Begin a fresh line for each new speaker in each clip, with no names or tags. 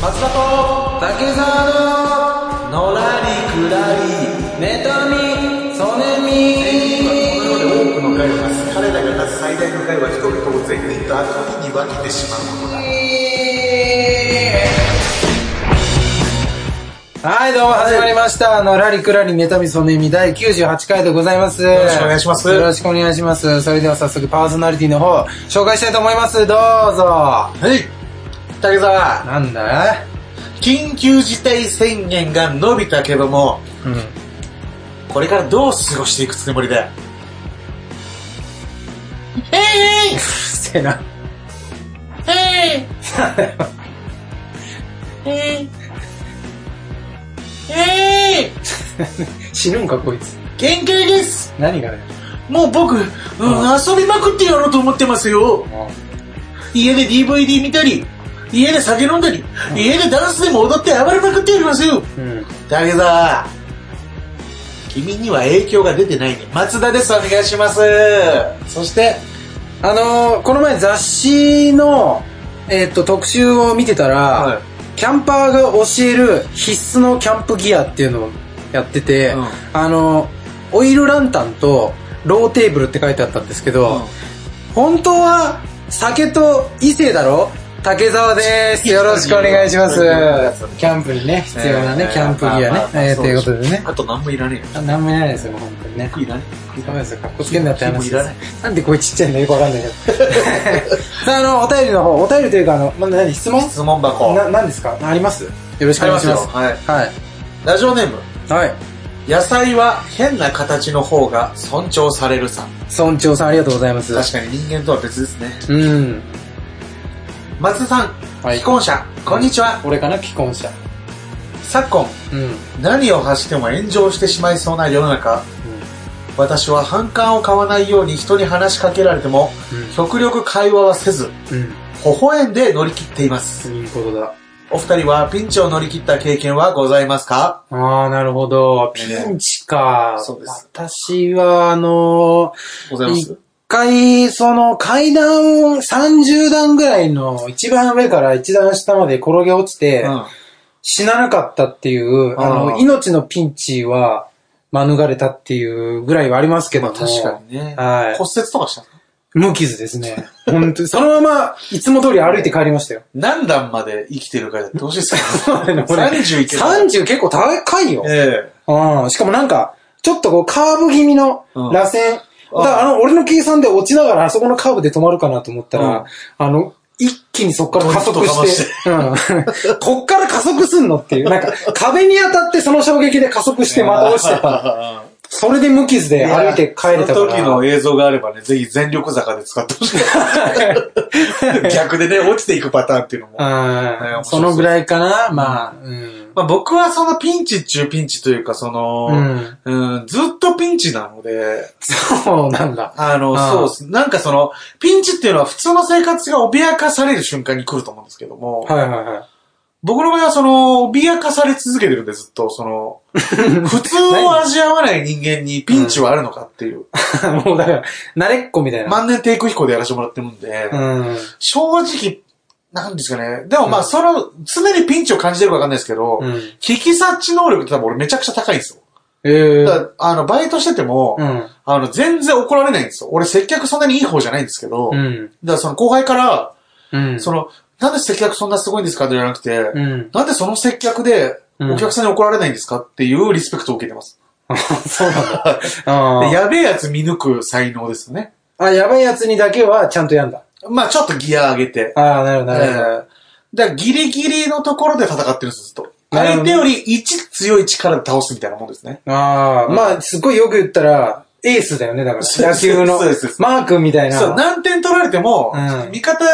松田と
竹沢ののらりくらりネタみそねみ
この世で多くの会話彼らが出す最大の会話人々を全員と悪意に分けてしまうことだ
はい、どうも始まりました。あの、ラリクラリネタミソネミ第98回でございます。よ
ろしくお願いします
よろしくお願いします。それでは早速パーソナリティの方、紹介したいと思います。どうぞ。
はい竹沢
なんだい
緊急事態宣言が伸びたけども
うん。
これからどう過ごしていくつもりだえい
せえな。
えいえいえい
死ぬんか、こいつ。
限界です
何がね。
もう僕、うん、遊びまくってやろうと思ってますよ
も
家で DVD 見たり、家で酒飲んだり、家でダンスでも踊って暴れまくってやりますよ。
う。うん。
だけど、君には影響が出てないね。松田です、お願いします。そして、
あのー、この前雑誌の、えーっと、特集を見てたら、
はい
キャンパーが教える必須のキャンプギアっていうのをやってて、
うん
あの、オイルランタンとローテーブルって書いてあったんですけど、本当は酒と異性だろ竹澤です。よろしくお願いします。キャンプにね、必要なね、キャンプギアね。えーということでね。
あと何もいらねえよ。
あなんもいらないですよ、もう本当にね。
いらね
ダメですよ、かっこつけんなって話
いら
で
ない
す。なんでこれちっちゃいのよくわかんないけど。 さあ、あの、お便りの方、お便りというか、あの、ま、何、質問
え。質問箱。
な、何ですかありますよろしくお願いします。
あります
はい。
ラジオネーム。
はい。
野菜は変な形の方が尊重されるさ。
村長さんありがとうございます。
確かに人間とは別ですね。
うん。
松田さん、
はい
既婚者、こんにちは。
俺かな既婚者。
昨今、
うん。うん。
何を発しても炎上してしまいそうな世の中私は反感を買わないように人に話しかけられても極力会話はせず
うん。
微笑んで乗り切っています
いいことだ。
お二人はピンチを乗り切った経験はございますか
ああ、なるほど。ピンチか。
そうです
私は、あの
ござ
ー、
いま
一
す
回、その階段30段ぐらいの一番上から一段下まで転げ落ちて、
うん
死ななかったっていう、あ
あ
の、
ー
命のピンチは免れたっていうぐらいはありますけど
まあ
も。
確かにね
はい
骨折とかしたの
無傷です ね。本当にそのまま、いつも通り歩いて帰りましたよ。
何段まで生きてるかやってほしいですけど
そうだねこれ
30いけた
30結構高いよ。
ええ
うん。しかもなんか、ちょっとこう、カーブ気味の
うん
螺旋。
ああ
だからあの、俺の計算で落ちながら、あそこのカーブで止まるかなと思ったら、
うん
あの、一気にそこから加速
ドリ
し
フ
て、うん。 こっから加速すんのっていう。なんか、壁に当たってその衝撃で加速してまた落ちてた。それで無傷で歩いて帰れたから。
その時の映像があればね、ぜひ全力坂で使ってほ しい。逆でね、落ちていくパターンっていうのも。ね
う
面白
ん。
い
そのぐらいかな、まあ、うん。
まあ、僕はそのピンチ中ピンチというか、その、
うん
うん、ずっとピンチなので、
そうなんだ。
あの、
ああ
そうっすなんかその、ピンチっていうのは普通の生活が脅かされる瞬間に来ると思うんですけども、
はいはいはい。
僕の場合はその、脅かされ続けてるんで、ずっと、そ の、普通を味わわない人間にピンチはあるのかっていう、
もうだから、慣れっこみたいな。
万年低空飛行でやらせてもらってるんで、
うん。
正直、なんですかね。でもま
う
あ、
ん
その、常にピンチを感じてるかわかんないですけど、
うん。
聞き察知能力って多分俺めちゃくちゃ高いんですよ。
ええ
だからあの、バイトしてても、
うん。
あの、全然怒られないんですよ。俺接客そんなにいい方じゃないんですけ
う
ど、だか
ん。
らその後輩から、
うん。
その、なんで接客そんなすごいんですかって言われなくて、
うん。
なんでその接客で
うん
お客さんに怒られないんですかっていうリスペクトを受けてます。
そうなんだ。あ
で
ー
やべえやつ見抜く才能ですよね。
あ、やばいやつにだけはちゃんとやんだ。
まあちょっとギア上げて。
ああ、なるほど、
え
なるほど。
ーだからギリギリのところで戦ってるんですよ、ずっと。
なるほど
相手より1強い力で倒すみたいなもんですね。
ああ、まあ、すごいよく言ったら、エースだよね、だから。野球の
そうですそうで。す
マー君みたいな。
そう、何点取られても、
うん
味方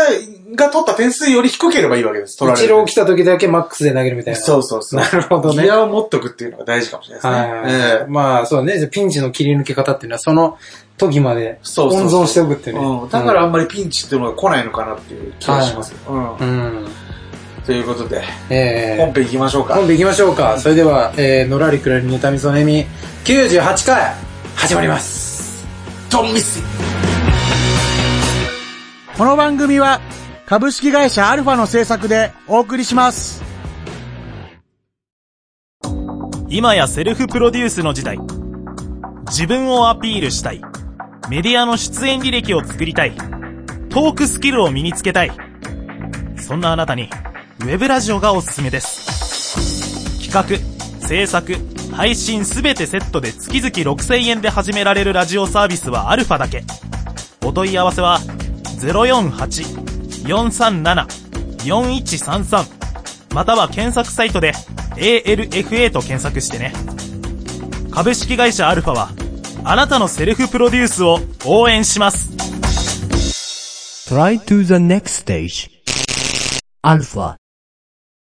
が取った点数より低ければいいわけです、取られ
一
る。
郎来た時だけマックスで投げるみたいな。
そうそうそう。
なるほどね
ギアを持っとくっていうのが大事かもしれ
は
ないい
は
で
い
すね。
はい
ええ
まあ、そうね。じゃあピンチの切り抜け方っていうのは、その時まで
そうそう
温
そう
存しておくっていうね。
うん。だからあんまりピンチっていうのが来ないのかなっていう気がします。うん
う。ん。
ということで、
ええ
本編行きましょうか。
本部行きましょうか。それでは、えー、のらりくらりネタみそねみ98回始まります。
ドンミスこの番組は、株式会社アルファの制作でお送りします。
今やセルフプロデュースの時代。自分をアピールしたい。メディアの出演履歴を作りたい。トークスキルを身につけたい。そんなあなたに、ウェブラジオがおすすめです。企画、制作、配信すべてセットで月々6000円で始められるラジオサービスはアルファだけ。お問い合わせは、048-437-4133または検索サイトで ALFA と検索してね。株式会社アルファは、あなたのセルフプロデュースを応援します。
Try to the next stage. Alpha.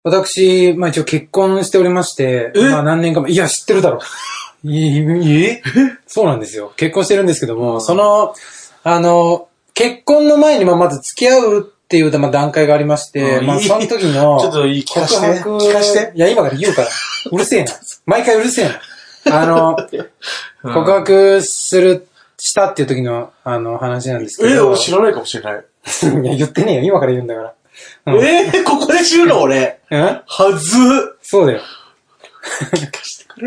私、まあ一応結婚しておりまして、まあ何年か前、いや知ってる だろ。いいえそうなんですよ。結婚してるんですけども、その、あの、結婚の前にまあまず付き合うっていうまあ段階がありまして、
うん
まあ
いい
その時の、
ちょっといい聞かして
告白
聞かして
いや、今から言う から。うるせえな。毎回うるせえな。あの、
うん
告白する、したっていう時の、あの、話なんですけ
え、
ど。
俺知らないかもしれない。
いや、言ってねえよ。今から言うんだから。うん
えー、 ここで知るの俺。
うん
はず。
そうだよ。
聞かしてく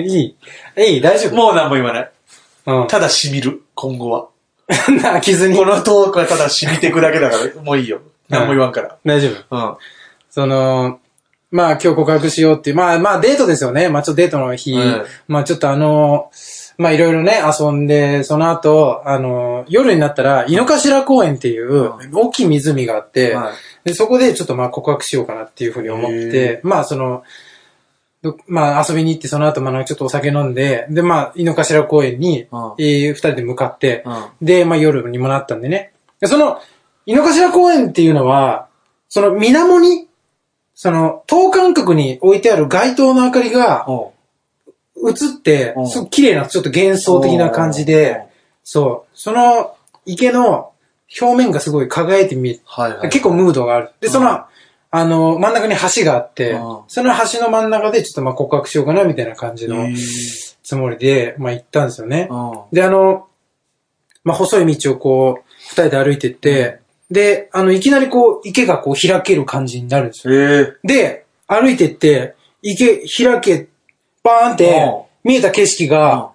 れ。
いい。いい、大丈夫。
もう何も言わない。
うん。
ただ染みる。今後は。
泣きずに
こ。のトークはただ染みてくだけだか ら、もういいよ。何も言わんから。
大丈夫。
うん。
その、まあ今日告白しようっていう、まあまあデートですよね。まあちょっとデートの日、
うん
まあちょっとあの、まあいろいろね、遊んで、その後、あの、夜になったら、井の頭公園っていう大きい湖があって、
はい
で、そこでちょっとまあ告白しようかなっていうふうに思って、まあその、どまあ遊びに行ってその後まあちょっとお酒飲んで、でまあ井の頭公園に、
うん
えー二人で向かって、
うん。
で、まあ夜にもなったんでね。でその、井の頭公園っていうのは、その水面に、その、等間隔に置いてある街灯の明かりが
おう
映って
う、ん
すごく綺麗な、ちょっと幻想的な感じで、、そう、その池の表面がすごい輝いて見えて、
はいはい。
結構ムードがある。で、その、
うん
あの、真ん中に橋があって
うん、
その橋の真ん中でちょっとまあ告白しようかなみたいな感じの
へ
つもりで、まあ行ったんですよね。
ー
で、あの、まあ、細い道をこう、二人で歩いてって、で、あの、いきなりこう、池がこう開ける感じになるんです
う
よ。
ん。えー。
で、歩いてって、池開け、バーンって
うん、
見えた景色が、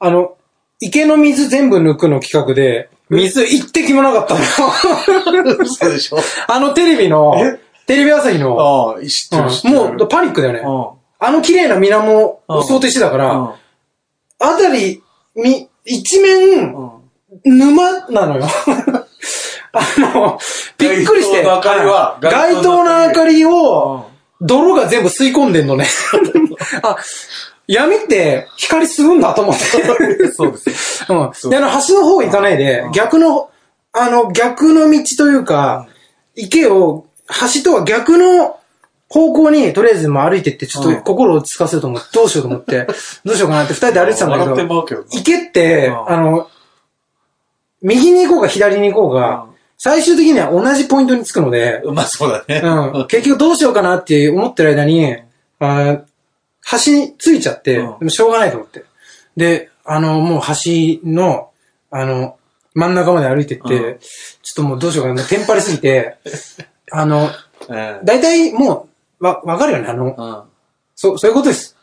あの、池の水全部抜くの企画で、水一滴もなかった のよ。
嘘でしょ
あのテレビの
え、
テレビ朝日の、
ああ、知っ
う
てる知って
ん
る。
もうパニックだよね。
う
あの綺麗な水面を想定してたから、
ん。
あたり、み、一面、
うん。うん。
沼なのよ。あの、びっくりして。
街灯の明かりは
街灯の明かりを、泥が全部吸い込んでんの ね。あ、闇って光吸うんだと思って。
そうです。
うん。で、あの、橋の方行かないで、逆の、あの、逆の道というか、池を、橋とは逆の方向に、とりあえずまあ歩いてって、ちょっ
う
と
ん
心を落ち着かせると思って、どうしようと思って、どうしようかなって二人で歩いてたんだけど。
笑ってまうけど。
池って、
うん
あの、右に行こうが左に行こうが、
うん
最終的には同じポイントにつくので、
うまそうだね。
うん、結局どうしようかなって思ってる間に、あー橋についちゃって、
うん
でもしょうがないと思って。で、あの、もう橋の、あの、真ん中まで歩いてって、
うん
ちょっともうどうしようかな、テンパりすぎ て、あの、
うん。
だいたいもう、わ、わかるよね、あの、
うん。
そう、そういうことです。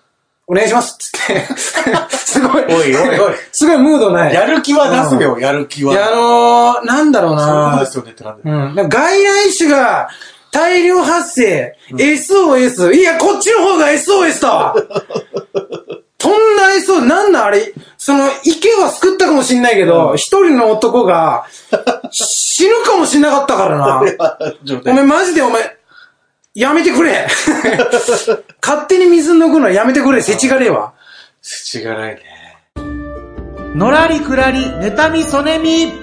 お願いしますつ って。すごい。
おいおいおい。
すごいムードない。
やる気は出すよ、やる気
い
は。
や、あのー、なんだろう
そういうこと
な
ですよねってなんだ
う
よ。
ん。なんか外来種が大量発生、SOS。いや、こっちの方が SOS だ わとんな SOS、なんだあれ、その、池は救ったかもしんないけど、一、人の男が死ぬかもしんなかったからな。
状
お
態。
前マジでお前、やめてく れ勝手に水抜くのやめてくれ、せちがれえわ。
口がないね。
のらりくらり、妬みそねみ。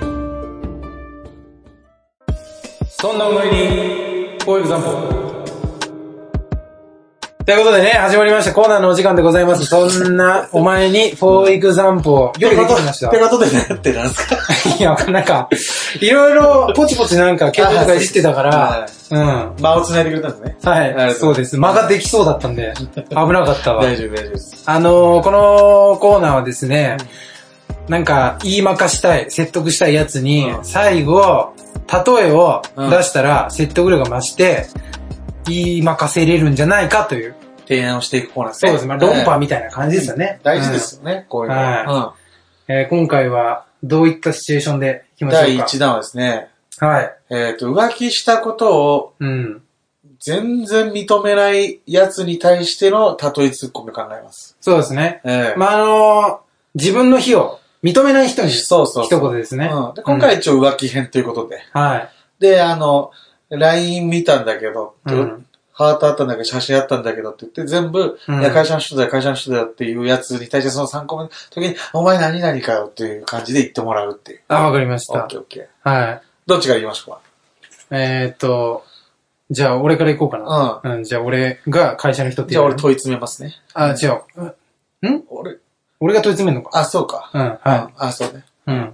そんな思いに、こういう散歩。ということでね、始まりました。コーナーのお時間でございます。そんな、お前に、for example、よくできてまし
ったて。ことでねってなんすか
いや、なんか、いろいろ、ポチポチなんか、結構とかいじってたから
あ、
うん。
間を繋いでくれたんですね。
は
はい
い、そうです。間ができそうだったんで、 危なかったわ。
大丈夫、大丈夫です。
あのーこのコーナーはですね、なんか、言いまかしたい、説得したいやつに、
うん
最後、例えを
うん
出したら、説得力が増して、言いまかせれるんじゃないかという、
提案をしていくコーナーです
そう
ね。
ですね。まあ、論破
はい
みたいな感じですよね。
大事ですよね、こういうの。
は
は
うん。えー今回は、どういったシチュエーションでいき
うん
ましょうか。
第1弾はですね、
はい。
えっと、浮気したことを
うん。
全然認めないやつに対しての例えツッコミを考えます。
そうですね。
ええ
まあ、あのー自分の非を認めない人に、
そうそうそう
一言ですね。
うんで今回は一応浮気編ということで。
うん、はい。
で、あの、LINE 見たんだけど、
うん
ハートあったんだけど、写真あったんだけどって言って、全部、
うん
いや、会社の人だよ、会社の人だよっていうやつに対して、その参考の時に、お前何々かよっていう感じで言ってもらうっていう。
あ、わかりまし
オッ
た
ケ。ーオッケー。
はい。
どっちが言いましょ
えーっと、じゃあ俺から行こうか
う
な
か。。
うん。じゃあ俺が会社の人っ
うん。
て
じ
言
ゃあ
う
俺問い詰めますね。
あ、違う。うん
俺、
俺が問い詰めるのか。
あ、そうか。
うん。は
あ、そうね。
い。うん。じゃあ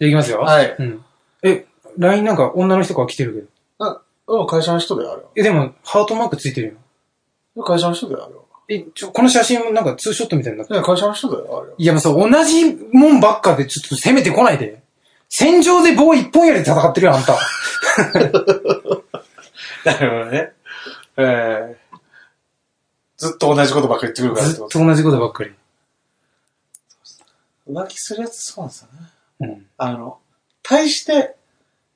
行きますよ。
はい
うん。え、LINE なんか女の人から来てるけど。
うん、会社の人だよ、あれは。
え、でも、ハートマークついてるよ。
会社の人だよ、あれは。
え、ちょ、この写真なんかツーショットみたいになってる。
いや、会社の人だよ、あれは。
いや、もうさ、同じもんばっかでちょっと攻めてこないで。戦場で棒一本やりで戦ってるよ、あん た。
なるほどね。えー、ずっと同じことばっかり言ってくるからっ
ずって
こと
同じことばっかり。
と。浮気するやつそうなんですよね。
うん。
あの、対して、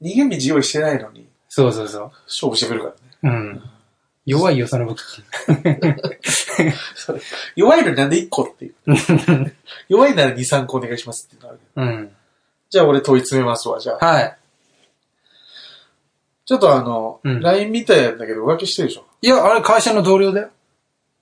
逃げ道用意してないのに、
そうそうそう。
勝負してくるからね。
うん。弱いよ、その武器。
弱いのになんで1個っていう。 弱いなら2、3個お願いしますってなるけど。
うん。
じゃあ俺問い詰めますわ、じゃあ。
はい。
ちょっとあの、
うん
LINE 見たやんだけど浮気してるでしょ。
いや、あれ会社の同僚だよ。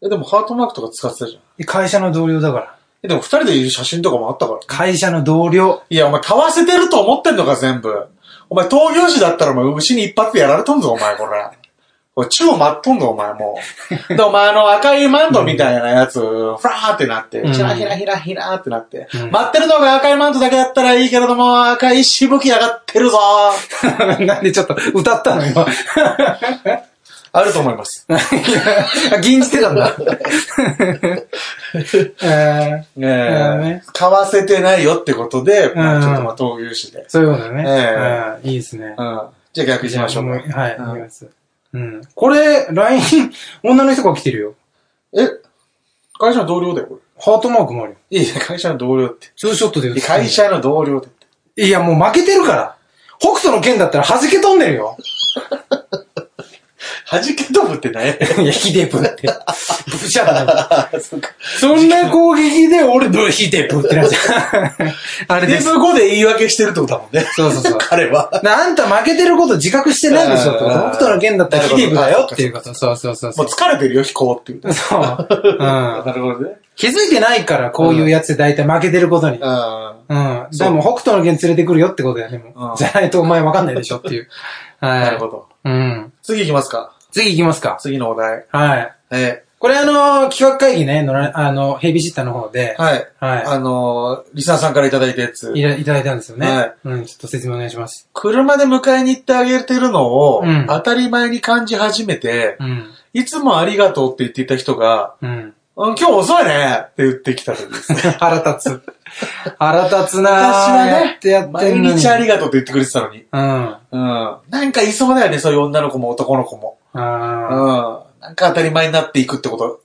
え、でもハートマークとか使ってたじゃん。
会社の同僚だから。
え、でも2人でいる写真とかもあったから。
会社の同僚。
いや、お前、買わせてると思ってんのか、全部。お前、闘牛士だったら、お前、牛に一発でやられとんぞ、お前、これ。おい、宙待っとんぞ、お前、も う。で、お前、あの、赤いマントみたいなやつ、ふらーってなって
うん、
ひらひらひらひらーってなって、
うん
待ってるのが赤いマントだけだったらいいけれども、赤いしぶき上がってるぞ ー
なんでちょっと歌ったの今。
あると思います。
あ 銀じてたんだ。 えー
ね
ーね
え、買わせてないよってことで、ま
う
あ、
ん
ちょっとまあ、闘牛士で。
そういうことね。
ええ
うんいいですね
う。ん。じゃあ逆にしましょう
もう
か。
はい、
うん
いきます。うん。これ、LINE、女の 人が来てるよ。
え、会社の同僚だよ、こ
ハートマークもあるよ。
れ。いや、会社の同僚って。
ツーショットで
いや会社の同僚って。
いや、もう負けてるから。北斗の剣だったら弾け飛んでるよ。
弾け飛ぶってね。
いや、ヒデブって。 ブシャだな。
あ、そっか。
そんな攻撃で俺、 ブヒデブってなっちゃう。 あれ
デ
です
ブ。5で言い訳してるってことだもんね。
そうそうそう。
彼は。
な あんた負けてること自覚してないでしょってこと
あ
北
ー
斗の剣だったらヒデブだよっていうこと。そうそうそうそう
もう。疲れてるよ、飛行っていう。
そう。うん。
なるほどね。
気づいてないから、こういうやつで大体負けてることに。
うん。
うん。
そ
で
う
も、北斗の剣連れてくるよってことやね。もう
うん
じゃないとお前わかんないでしょっていう。はい。
なるほど。
うん。
次行きますか。
次行きますか。
次のお題。
はい。
え
これあのー、企画会議ね、のらあの、ヘビシッターの方で
ー、はい。
は
あのー、リスナーさんからいただいたやつ
い。い。らいただいたんですよね。
はい
うん、ちょっと説明お願いします。
車で迎えに行ってあげてるのを
うん、
当たり前に感じ始めて、
うん。
いつもありがとうって言っていた人が、
うん。
うん、今日遅いねって言ってきた時です。
腹立つ。 腹立つな
私
ー
は
やってや
ね、
って
毎
んのに。
日ありがとうって言ってくれてたのに。
うん。あ
うん。なんかいそうだよね、そういう女の子も男の子も。う
あー。
ん。なんか当たり前になっていくってこと。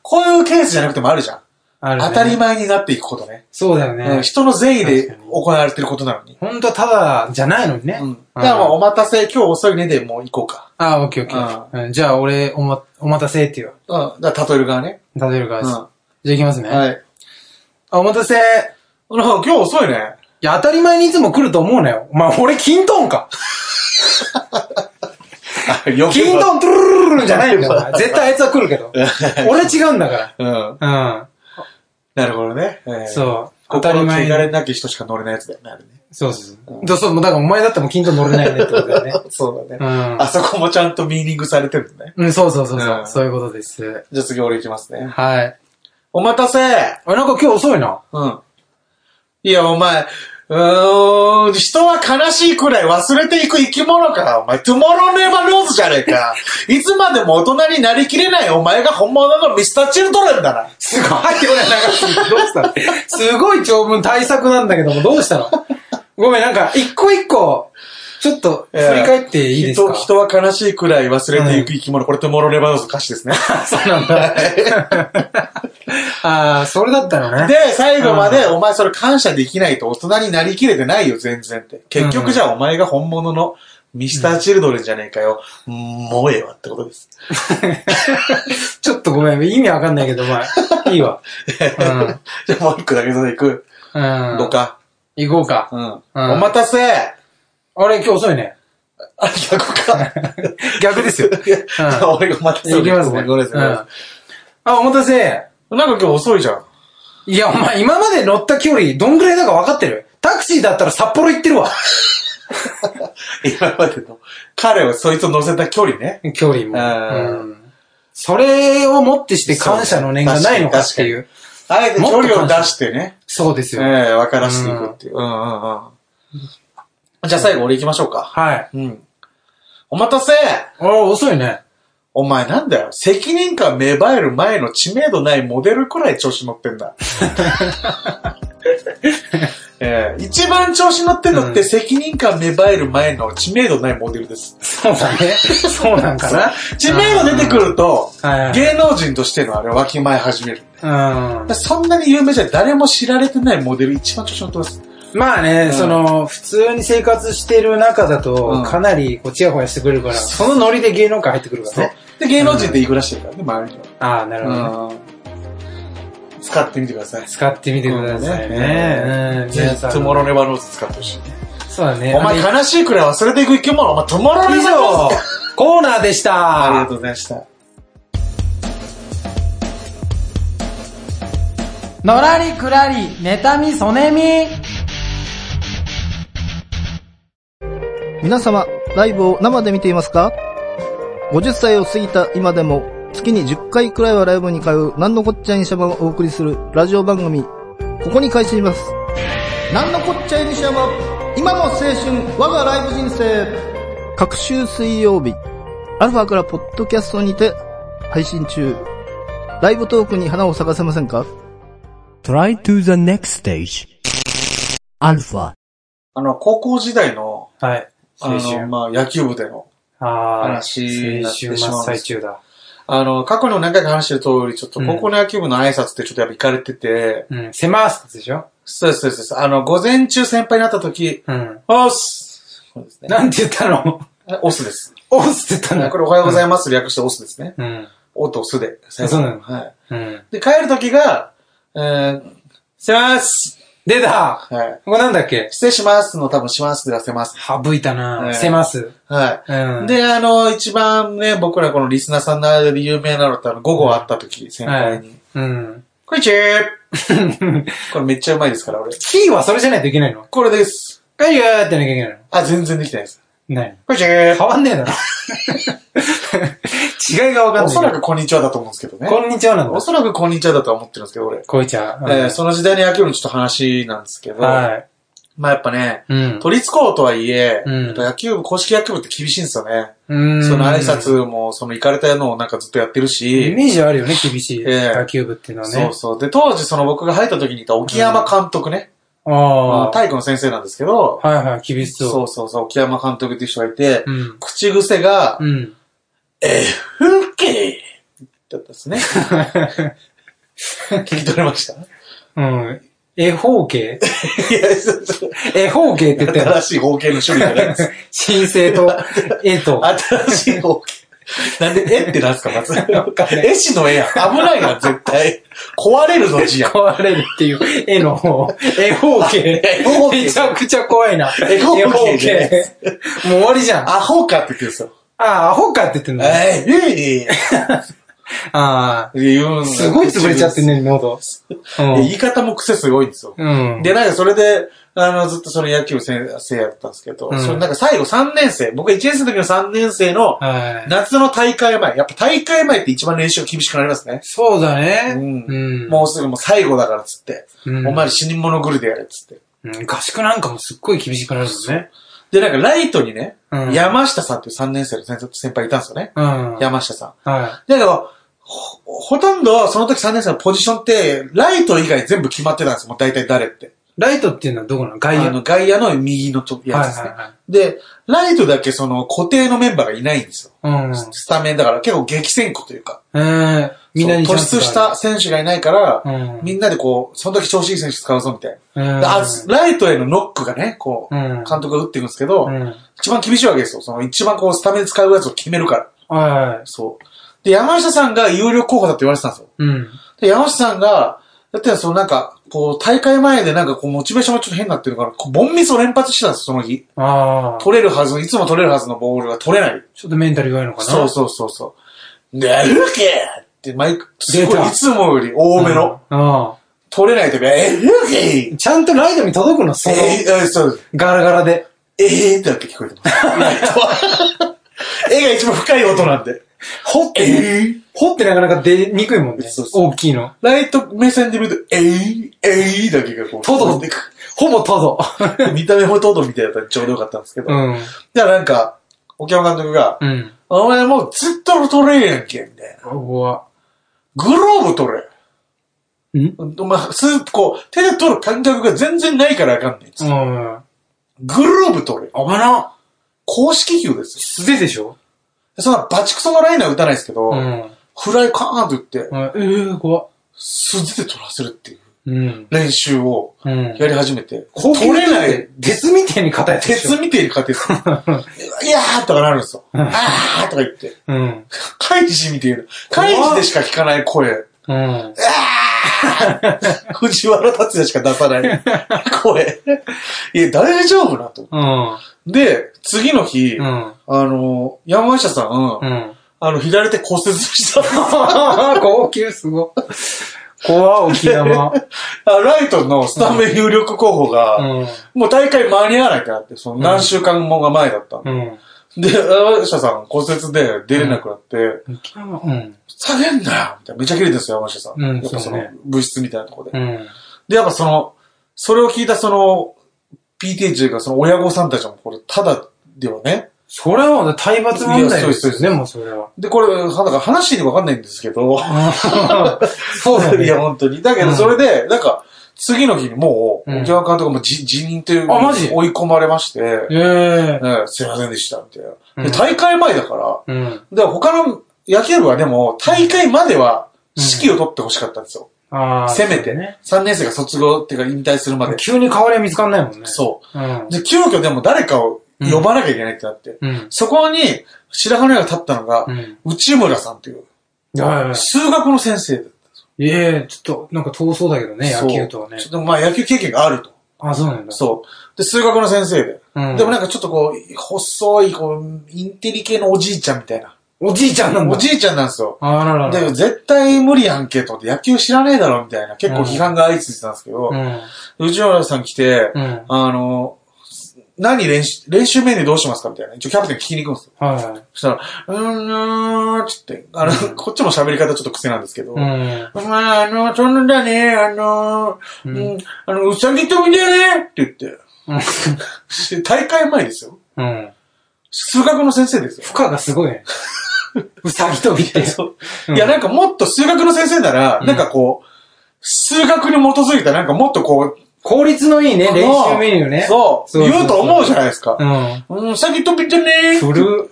こういうケースじゃなくてもあるじゃん。
あるね
当たり前になっていくことね。
そうだよね。
うん、人の善意で
確かに
行われてることなのに。
ほんとただじゃないのにね。
うん。だからもうお待たせ、今日遅いねでもう行こうか。
ああ、オッケーオッケー。うんじゃあ、俺、おま、お待たせっていう。
うん。だから例える側ね。
例えるから
う
で
ん。
す。
は
じゃあ、行きますね。
い。なんか
あ、お待たせ。い
今日遅いね。
や、当たり前にいつも来ると思うなよ。お前、俺、キントンか。
あ、よ
キントン、トゥルルルルルンじゃないんだよお前。絶対あいつは来るけど。俺違うんだか
うん。
ら。
なるほどね。えー
うん。そう。当
当
た
た
り
り
前
前
に
に。。れなき人しか乗れないやつだよね、あれね。
そうそうそう。だそう、だからお前だってもうキントン乗れないねってことだよね。
そうだ
う
ね。
ん
あ。そこもちゃんとミーニングされてるのね。
うん、そうそうそうそうう。
ん
そういうことです。
じゃあ次俺行きますね。
はい。
お待たせ
あ、なんか今日遅いな。
うん。いや、お前、うーん、人は悲しいくらい忘れていく生き物か。お前、トゥモローネバーローズじゃねえ か。いつまでも大人になりきれないお前が本物のミスターチルドレンだな。
すごい入ってこない、なんか、どうしたのすごい長文対策なんだけども、どうしたのごめん、なんか、一個一個、ちょっと、振り返っていいですか
人、人は悲しいくらい忘れていく生き物。これ、トゥモローレバーノーズの歌詞ですね。 そうなんだ。
ああ、それだったのね。
で、最後まで、お前それ感謝できないと大人になりきれてないよ、全然って。結局じゃあお前が本物のミスターチルドレンじゃねえかよ。もうええわってことです。
ちょっとごめん、意味わかんないけど、まあ、いいわ。うん
じゃあもう一個だけで行く。
うん。
どうか。
行こうか。
うん。お待たせ
あれ、今日遅いね。
あ、逆か。
逆 ですよ。うん。行
俺がお待たせ。
きます
ごめ
ね。
んごめんな
うん
さ
あ、お待たせ。
い。なんか今日遅いじゃん。
いや、お前、今まで乗った距離、どんぐらいだか分かってるタクシーだったら札幌行ってるわ。
今までの。彼はそいつを乗せた距離ね。
距離も。
うん
うんそれをもってして感謝の念がないのかっていう。
あえて距離を出してね。
そうです
ええ
よ。
分からしていくっていう。うんうんうん。じゃあ最後俺行きましょうか。
はい。
うん。お待たせ
ああ、遅いね。
お前なんだよ。責任感芽生える前の知名度ないモデルくらい調子乗ってん だ。ええ一番調子乗ってんのっ
う
て
ん
責任感芽生える前の知名度ないモデルです。
そうだね。 そうなんかな。
知名度出てくると、
はい。
芸能人としてのあれわきまえ始める。
うん。
そんなに有名じゃ誰も知られてないモデル一番調子乗ってます。
まあね、
うん
その、普通に生活してる中だ
う
と
ん、
かなり、こう、ちやほやしてくれるから、そのノリで芸能界入ってくるからね。
で、芸能人っていくらしてるからね、周りに
ああ、なるほどね。
は。うん使ってみてください。
使ってみてくださいね。うん
ぜ
皆
ひ、
さん
トゥモローネバーノーズ使ってほしいね。
そうだね。
お前悲しいくらい忘れていく生き物、お前トゥモロー
以
ネバーノー
上
ズ、
コーナーでし
ありが
た
と。うございました。
のらりくらり、妬み、そねみ。
皆様、ライブを生で見ていますか ?50 歳を過ぎた今でも、月に10回くらいはライブに通う、なんのこっちゃいにしゃばをお送りするラジオ番組、ここに開始します。なんのこっちゃいにしゃば、今の青春、我がライブ人生。各週水曜日、アルファからポッドキャストにて配信中。ライブトークに花を咲かせませんか
Try to the next stage. Alpha.
あの、高校時代の、
はい。
あ
青
の、
春。
まあ、野球部での、
ああ、青
話になってし
春
まうんです
真っ最中だ。
あの、過去にも何回か話してる通り、ちょっと
うん
高校の野球部の挨拶ってちょっとやっぱ行かれてて、
うん。狭すでしょ
そうですそうですそうです。あの、午前中先輩になった時、
うん。
おっすそうですね。
なんて言ったの
おっすです。
オスって言ったん
こ
だ。
れおはようございます、略しておっすですね。
うん。
おとすで。最後
そうなの
はい。
うん。
で、帰る時が、えー、します
出た
はい。
これなんだっけ
失礼しますの多分しますがせます。
省いた
え
な
え
狭す。
は
うん。
い。、で、あの、一番ね、僕らこのリスナーさんの間で有名なのって、あの、午後会った時、先輩に。
うん。
こんにちはこれめっちゃうまいですから、俺。
キーはそれじゃないといけないの
これです。
ガイガーってやんなきゃいけないの
あ、全然できてないです。
何
こんにちは
変わんねえだろ。 違いがわかんない。
おそらくこんにちはだと思うんですけどね。
こんにちはなん
お
だ。
そらくこんにちはだとは思ってるんですけど、俺。
こいちゃん。
えーその時代に野球部のちょっと話なんですけど、
は
まあやっぱね、
い。うん。
都立高とはいえ、
うん
やっぱ野球部、公式野球部って厳しいんですよね。
うん
その挨。拶も、その行かれたのをなんかずっとやってるし、
イメージあるよね、厳しい。
ええ
野球部っていうのはね。
そうそう。で、当時その僕が入った時にいた沖山監督ね、まあ
ああ。
体育の先生なんですけど、
はいはい、厳し
そ
そう
そうそう、沖山監督っていう人がいて、
う。うん。
口癖が、
うん。
風景だったん ですね。聞き取れましたい
うん。絵方 形
や、そうそう
絵方形って言った
新
ら、
しい方形の種類じゃ ないです。
申請と、絵と。
新しい方形。なんで、絵ってなんすか、まず。
かんない
絵師の絵やん。危ないな、絶対。壊れるの字や ん。
壊れるっていう絵の方、絵方形
絵方。形
めちゃくちゃ怖いな。
絵方形
絵方形もう終わりじゃん。あ
アホかって言ってるんですよ。
あ、アホかって言ってんだ。
えい、いい
あ
言うん
あ、
だ
すごい潰れちゃってんね、喉。
いや言い方も癖すごいんですよ。
うん。うん。
で、なんかそれで、あの、ずっとその野球先生やったんですけど、
うん
それなんか最後3年生、僕が1年生の時の3年生の
はい。
夏の大会前、やっぱ大会前って一番練習が厳しくなりますね。
そうだね。
うん
うん。
もうすぐもう最後だからっつって、
うん
お前ら死に物狂いでやれっつって。
うん合宿なんかもすっごい厳しくなるもんね。
で、なんかライトにね、
うん
山下さんっていう3年生の先生先輩いたんですよね。
うん。
山下さん。
は
だけど、ほ、ほとんどその時3年生のポジションって、ライト以外全部決まってたんですよ。もう大体誰って。
い。ライトっていうのはどこなの外野
あ
の。
の、外野の右のとやつですね。で、ライトだけその固定のメンバーがいないんです
は
よ。
いはいはい。
スタメンだから結構激戦区というか、
うん。えー、みんなに
そう突出した選手がいないから、
うん
みんなでこう、その時調子いい選手使うぞみたいな。
うん。
であライトへのノックがね、こう、
うん
監督が打っていくんですけど、
うん。
一番厳しいわけですよ。その一番こう、スタメン使うやつを決めるから。
はいはい。
そう。で、山下さんが有力候補だって言われてたんですよ。
うん。
で、山下さんが、だってそのなんか、こう、大会前でなんかこう、モチベーションがちょっと変になってるから、こうボンミスを連発してたんですよ、その日。
ああ。
取れるはずの、いつも取れるはずのボールが取れない。
ちょっとメンタル弱いのかな
そうそうそうそう。なるけって、マイク、すご
出
い、
た
いつもより多めの。。
うん。うん
取れないときは、えるけ
ちゃんとライトに届くのその、
えー、あそうです。
ガラガラで。
えー、だけ聞こえてます。ライトはえが一番深い音なんで。
掘ってね、
えー、
掘ってなかなか出にくいもんね。
そうそう
大きいの。
ライト目線で見ると、えー、えー、だけがこう、
トド
でく。
ほぼトド。
見た目もトドみたいだったらちょうどよかったんですけど。
う
だか
ん。
らなんか、沖山監督が、
うん。
お前もうずっと取れんやんけ、みたいな。
うわ。
グローブ取れ。
ん
お前、スープこう、手で取る感覚が全然ないからあかんねん。
うん。
グローブ取れ。
危な。
公式球ですよ。
素手でしょ
そんなバチクソのライナー打たないですけど、
うん。
フライカーンと打って、
うんえー、怖っ
素手で取らせるっていう
うん。
練習を
うん。
やり始めて、
高級
取れない。。
鉄みたいに硬いでしょ
鉄見てる過程です。いやーとかなるんですよ。あーとか言って。
うん。
カイジみていな。カイジでしか聞かない声。
うん。
藤原達也しか出 さない声。いや、大丈夫なと。
うん。
で、次の日、
うん。
あの、山下さん、
うん。
あの、左手骨折した。
高級すごい。怖っ沖 縄。
あライトのスタメン有力候補が、
うん。
もう大会間に合わないってなって、その何週間もが前だったの。
うん。
で、山下さん骨折で出れなくなって、
沖縄。うん。
下げんなよみたいな。めちゃ切れてるんですよ、山下さん。
うん
やっぱその
そうね、
物質みたいなとこで。
うん。
で、やっぱその、それを聞いたその、PTA というかその親御さんたちもこれ、ただではね。
それはもう体罰問題ですよ
いやそうですそうです
ね、もうそれは。
で、これ、はだから話していいのかわかんないんですけど、
そうだ
いや、
ね。
本当に。だけど、それで、なんか、次の日にもう、
うん
沖縄監督もじ辞任という
あマジ
追い込まれまして、
え え。
ねすいませんでした、みたいな。
う
で
ん
大会前だから、
うん。
で他の野球部はでも、大会までは、指揮を取ってほしかったんですよ。
ああ。
せめて、
ね。
3年生が卒業っていうか引退するまで。
急に代わりは見つかんないもんね。。
そう
うん
う。。で、急遽でも誰かを呼ばなきゃいけないってなって。
うん。
そこに、白羽の矢が立ったのが
う、ん。
内村さんという、
はいはい。
数学の先生。
いえ、ちょっと、なんか遠そうだけどね、野球とはね
そう。ちょっとまあ野球経験があると。
あ、そうなんだ。
そう。で、数学の先生で。
うん
でもなんかちょっとこう、細い、こう、インテリ系のおじいちゃんみたいな。
おじいちゃんなんだ。
おじいちゃんなんですよ。
あらら
で、
ら。
絶対無理やんけと思って、野球知らねえだろみたいな、結構批判が相次いでたんですけど
う、ん。
内村さん来て、
うん。
あの、何練習、練習メニューどうしますかみたいな。一応キャプテンに聞きに行くんですよ。
は
そしたら、うーん、うーん、つって、あの、こっちも喋り方ちょっと癖なんですけど、
い。うん。
まあ、あの、そんなだね、あの、うん、あの、うさぎ飛びだねって言って、大会前ですよ。
うん。
数学の先生ですよ。
負荷がすごい ね。うさぎ飛びって。
そう
うん
いや、なんかもっと数学の先生なら、なんかこう、数学に基づいたなんかもっとこう、
効率のいいね、練習メニューね。
そう、
そうそうそう
言うと思うじゃないですか
う。ん。
うん、うさぎ飛びだね
フル。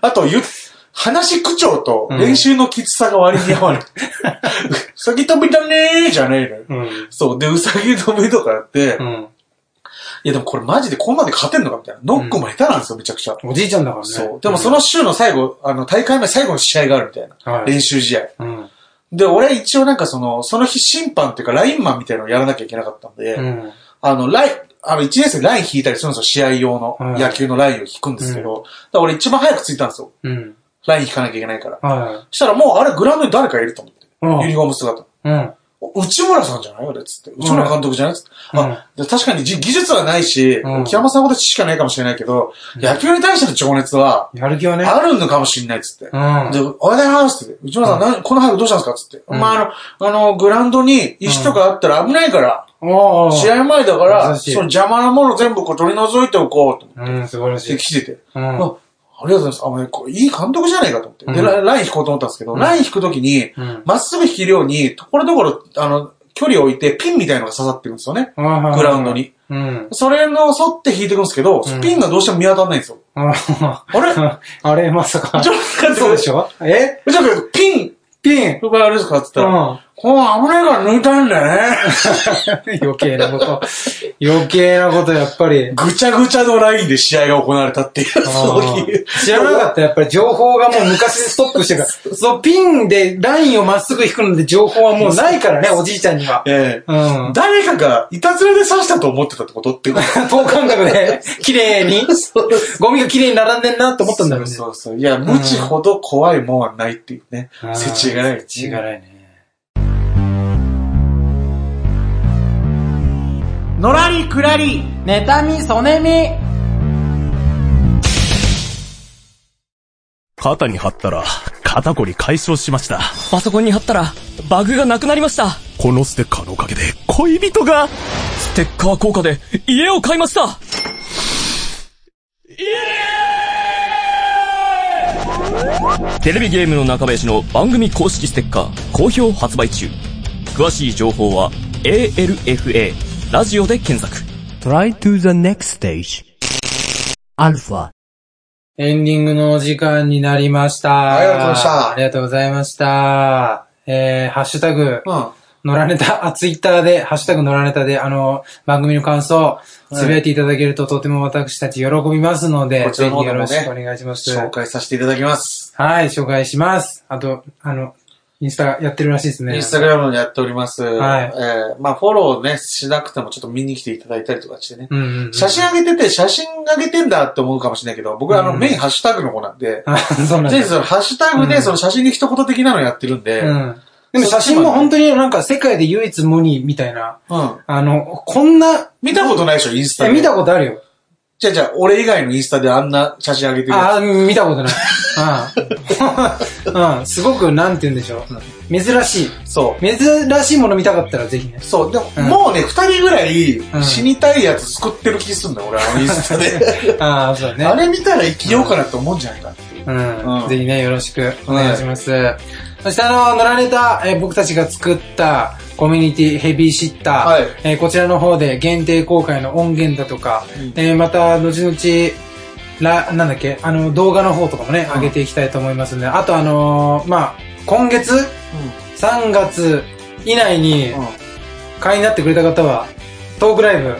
あと、ゆ、話し口調と練習のきつさが割に 合わない。うさぎ飛びだねーじゃねえの
う
よ。
ん。
そう。で、うさぎ飛びとかやって、
う
い
ん。
やでもこれマジでこんなんで勝てんのかみたいな。ノックも下手なんですよ、めちゃくちゃ。
おじいちゃんだからね。
そう。でもその週の最後、あの、大会前最後の試合があるみたいな。
はい
練習試合。
うん。
で、俺一応なんかその、その日審判っていうか、ラインマンみたいなのをやらなきゃいけなかったんで、
うん。
あの、ライン、あの、1年生ライン引いたりするんですよ、試合用の。
はい
野球のラインを引くんですけど、だから俺一番早く着いたんですよ。
うん。
ライン引かなきゃいけないから。
は
したらもうあれグラウンドに誰かいると思って。
うん
ユニフォーム姿。
い。うん。
お内村さんじゃない俺っつって。内村監督じゃないっつって。
うん
あ、で確かにじ技術はないし、
うん
木山さんほど知識はないかもしれないけど、野球に対しての情熱は、
やる気はね。
あるのかもしれないっつって。
うん
で、おはようございますっつって。内村さん、なこのハイブどうしたんですかっつって。
ん
まあ、あの、あの、グラウンドに石とかあったら危ないから、
おー
試合前だから、
優
そ
しい
の邪魔なもの全部こう取り除いておこうと思
うん、素晴ら
っ
してい。
来てて。
う
あ
ん。うん。
ありがとうございます。あ、お前これいい監督じゃないかと思って。で、
うん
ラライン引こうと思ったんですけど、ライン引くときに
うん、
まっすぐ引けるように、ところどころ、あの、距離を置いて、ピンみたいなのが刺さってるんですよね。
グ
グラウンド。に。
うん。
それの沿って引いていくんですけど、
うん
ピンがどうしても見当たらないんですよ。
あ
あれちょっ
あれ、まさか。
と待って
そうでしょえ
ちょっと待ってピン、
ピン
どこあれですかって
う
言ったら、
ん。
この危ないから抜いたんだよね。
余計なこと。余計なこと、やっぱり。
ぐちゃぐちゃのラインで試合が行われたっていう、 そういう。
知らなかった、やっぱり情報がもう昔でストップしてるから。そう、ピンでラインをまっすぐ引くので情報はもうないからね、おじいちゃんには。
ええ
うん。
誰かがいたずらで刺したと思ってたってことっていうこと
等間隔 で、綺麗に、ゴミが綺麗に並んでんなと思ったんだろうね。
そうそうそう。いや、無知ほど怖いもんはないっていうね。世知がない。
違がないね。
のらりくらり、妬み、そねみ。
肩に貼ったら、肩こり解消しました。
パソコンに貼ったら、バグがなくなりました。
このステッカーのおかげで、恋人が、
ステッカー効果で家を買いましたテレビゲームの中林の番組公式ステッカー好評発売中詳しい情報は ALFA ラジオで検索
Try to the next stage. Alpha.
エンディングのお時間になりました。
ありがとうございました
ありがとうございました。えー、ハッシュタグ、
うん。
のらネタ、あ、ツイッターで、ハッシュタグのらネタで、あの、番組の感想、つぶやいていただけるととても私たち喜びますので、
こちら
ぜ
の
ひ
方で
よ
もね
ろしくお願いします。
紹介させていただきます。
はい、紹介します。あと、あの、インスタやってるらしいですね。
インスタグラムにやっております。
はい
ええまあ、フォローね、しなくてもちょっと見に来ていただいたりとかしてね。
うんうんうん。
写真上げてて、写真上げてんだって思うかもしれないけど、僕はあの、
うん
メインハッシュタグの方なんで、
あ、そうなん
ぜ
で
ひ
す。
そのハッシュタグ
う
で
ん
その写真に一言的なのやってるんで、
う
うん。
ん。でも写真も本当になんか世界で唯一無二みたいな。あの、こんな、
見たことないでしょ、インスタ
え
で。
見たことあるよ。
じゃあじゃあ、俺以外のインスタであんな写真上げてるや
ああ、見たこと ない。 うん。うん。すごく、なんて言うんでしょう。珍しい。
つ。そう。
珍しいもの見たかったらぜひね。
そう、でも、
うん
もうね、二人ぐら
ん
い死にたいやつ作ってる気すんだよ、俺、あのインスタで。
ああ、そう だね。
あれ見たら生きようかなと思うんじゃないか
う
な。
ん、
うん
ぜひね、よろしくお願いします。そしてあの、乗られた、えー僕たちが作ったコミュニティヘビーシッター、
はい
えーこちらの方で限定公開の音源だとか、えーまた、後々、ら、なんだっけ、あの、動画の方とかもね、上げていきたいと思いますので、あとあのーまあ、今月、3月以内に、会員になってくれた方は、トークライブ、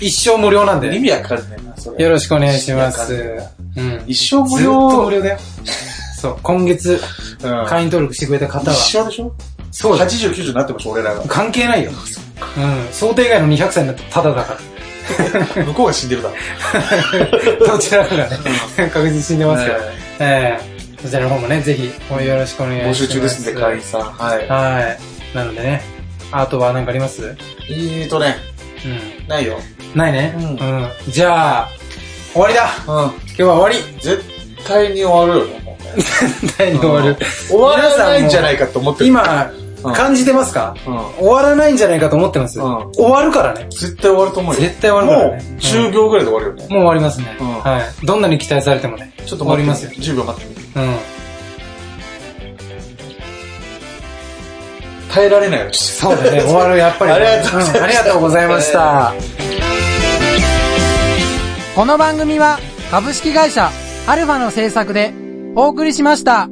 一生無料なん
うん。意
で、
味わかんないな、それ。
よろしくお願いします。
意味わ
うん。
一生無
ずっと無
料。
料だよ。 そう、今月、
うん
会員登録してくれた方は、
一緒でしょ
そうだよ。。
?80、90になってましょ、俺らが
関係ないよ。うん。想定外の200歳になったらタダ だか
向こうが死んでるだろ。
ら。どちらかがね、確実に死んでますから。
ね
ええそちらの方もね、ぜひ、よろしくお願いし
募
ます。
集中ですんで、会員さん。は
はい。なのでね、あとは何かありますうん。
い。えーとね、ないよ。
ないね。
うん
うん。じゃあ、終わりだ
うん。
今日は終わり
絶対に終わるよね、もうね。
絶対に終わる。
終わらないんじゃないかと思ってる。
今、
うん
感じてますか
うん。
終わらないんじゃないかと思ってます。
うん
終わるからね。
絶対終わると思うよ。
絶対終わるからね
もう10秒ぐらいで終わるよね。
もう終わりますね。
うん
はい。どんなに期待されてもね。
ちょっと
終わ
待
り
って
ますよ。
10秒待ってみて。
うん。
耐えられないよ。
そうだね、終わる、やっぱり。
ありがとうございました
んありがとうございました。
この番組は、株式会社、アルファの制作で、お送りしました。